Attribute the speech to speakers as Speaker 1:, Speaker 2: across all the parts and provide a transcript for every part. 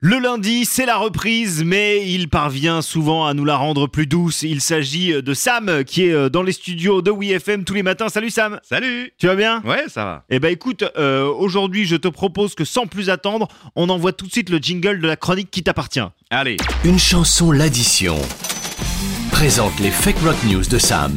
Speaker 1: Le lundi, c'est la reprise, mais il parvient souvent à nous la rendre plus douce. Il s'agit euh, de Sam, qui est euh, dans les studios de WeFM tous les matins. Salut Sam
Speaker 2: Salut
Speaker 1: Tu vas bien
Speaker 2: Ouais, ça va.
Speaker 1: Eh ben écoute, euh, aujourd'hui, je te propose que sans plus attendre, on envoie tout de suite le jingle de la chronique qui t'appartient.
Speaker 2: Allez,
Speaker 3: Une chanson l'addition présente les fake rock news de Sam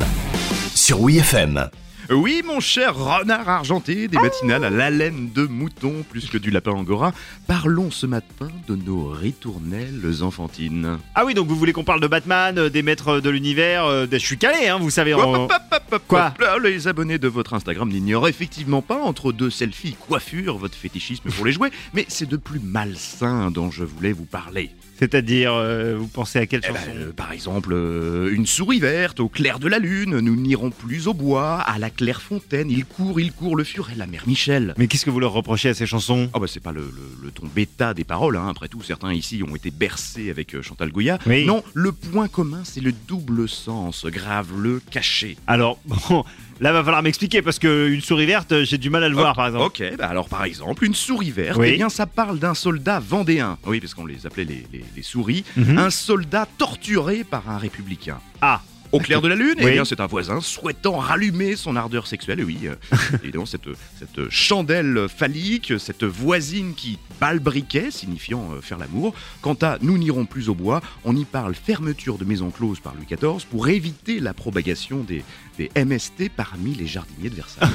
Speaker 3: sur WeFM.
Speaker 2: oui mon cher renard argenté, des matinales à l'haleine de mouton plus que du lapin angora, parlons ce matin de nos ritournelles enfantines.
Speaker 1: Ah oui, donc vous voulez qu'on parle de Batman, euh, des maîtres de l'univers euh, des- Je suis calé, hein, vous savez.
Speaker 2: Hop,
Speaker 1: en-
Speaker 2: hop, hop, hop, hop,
Speaker 1: Quoi
Speaker 2: hop là, Les abonnés de votre Instagram n'ignorent effectivement pas entre deux selfies coiffure votre fétichisme pour les jouets, mais c'est de plus malsain dont je voulais vous parler.
Speaker 1: C'est-à-dire, euh, vous pensez à quelle
Speaker 2: Eh
Speaker 1: chanson
Speaker 2: ben, euh, par exemple, euh, une souris verte au clair de la lune, nous n'irons plus au bois, à la claire fontaine, il court, il court, le furet, la mère Michel.
Speaker 1: Mais qu'est-ce que vous leur reprochez à ces chansons
Speaker 2: Ah bah c'est pas le, le- le ton bêta des paroles, hein. après tout, certains ici ont été bercés avec euh, Chantal Goya.
Speaker 1: Oui.
Speaker 2: Non, le point commun, c'est le double sens, grave-le, caché.
Speaker 1: Alors, bon, là va falloir m'expliquer parce que une souris verte, j'ai du mal à le voir, par exemple.
Speaker 2: Ok, bah alors par exemple, une souris verte,
Speaker 1: Oui.
Speaker 2: eh bien ça parle d'un soldat vendéen. Oui, parce qu'on les appelait les, les- les souris.
Speaker 1: Mhm.
Speaker 2: Un soldat torturé par un républicain.
Speaker 1: Ah,
Speaker 2: Au clair de la lune, eh
Speaker 1: Oui.
Speaker 2: bien c'est un voisin souhaitant rallumer son ardeur sexuelle, et oui, euh, évidemment cette, cette chandelle phallique, cette voisine qui balbriquait, signifiant euh, faire l'amour. Quant à Nous n'irons plus au bois, on y parle fermeture de maison close par Louis XIV pour éviter la propagation des, des MST parmi les jardiniers de Versailles.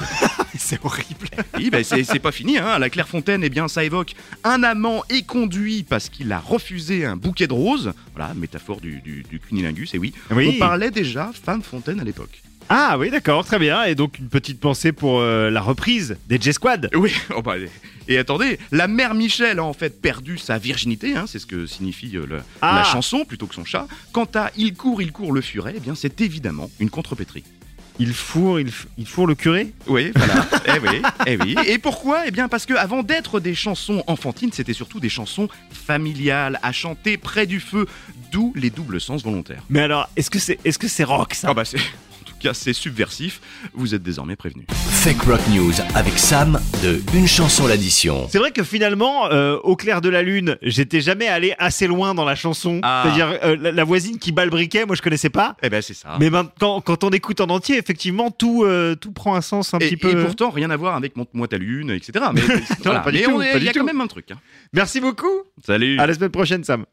Speaker 1: c'est horrible.
Speaker 2: Oui, ben, c'est c'est pas fini, hein. à la Clairefontaine, eh bien, ça évoque un amant éconduit parce qu'il a refusé un bouquet de roses, voilà, métaphore du, du, du cunilingus, et oui,
Speaker 1: Oui.
Speaker 2: on parlait déjà femme fontaine à l'époque.
Speaker 1: Ah oui, d'accord, très bien. Et donc une petite pensée pour euh, la reprise des J Squad.
Speaker 2: Oui, oh bah, et- et attendez, la mère Michel a en fait perdu sa virginité, hein, c'est ce que signifie euh, le-
Speaker 1: Ah.
Speaker 2: la chanson plutôt que son chat. Quant à Il court, il court le furet, eh bien c'est évidemment une contrepétrie.
Speaker 1: Il fourre, il, f- il fourre le curé.
Speaker 2: Oui, voilà. eh oui, eh oui. Et pourquoi Eh bien parce que avant d'être des chansons enfantines, c'était surtout des chansons familiales à chanter près du feu, d'où les doubles sens volontaires.
Speaker 1: Mais alors, est-ce que c'est est-ce que c'est rock ça
Speaker 2: Ah bah c'est en tout cas c'est subversif, vous êtes désormais prévenus.
Speaker 3: Fake rock news avec Sam de Une chanson l'addition.
Speaker 1: C'est vrai que finalement, euh, au clair de la lune, j'étais jamais allé assez loin dans la chanson.
Speaker 2: Ah.
Speaker 1: C'est-à-dire euh, la, la voisine qui bat le briquet, moi je connaissais pas.
Speaker 2: Eh ben c'est ça.
Speaker 1: Mais maintenant, quand on écoute en entier, effectivement, tout euh, tout prend un sens un
Speaker 2: et,
Speaker 1: petit
Speaker 2: et
Speaker 1: peu.
Speaker 2: pourtant rien à voir avec Monte-moi ta lune, etc. Mais, voilà.
Speaker 1: pas du
Speaker 2: Mais
Speaker 1: tout,
Speaker 2: on est-
Speaker 1: pas
Speaker 2: il
Speaker 1: du
Speaker 2: y a
Speaker 1: tout.
Speaker 2: quand même un truc. hein.
Speaker 1: Merci beaucoup.
Speaker 2: Salut.
Speaker 1: À la semaine prochaine, Sam.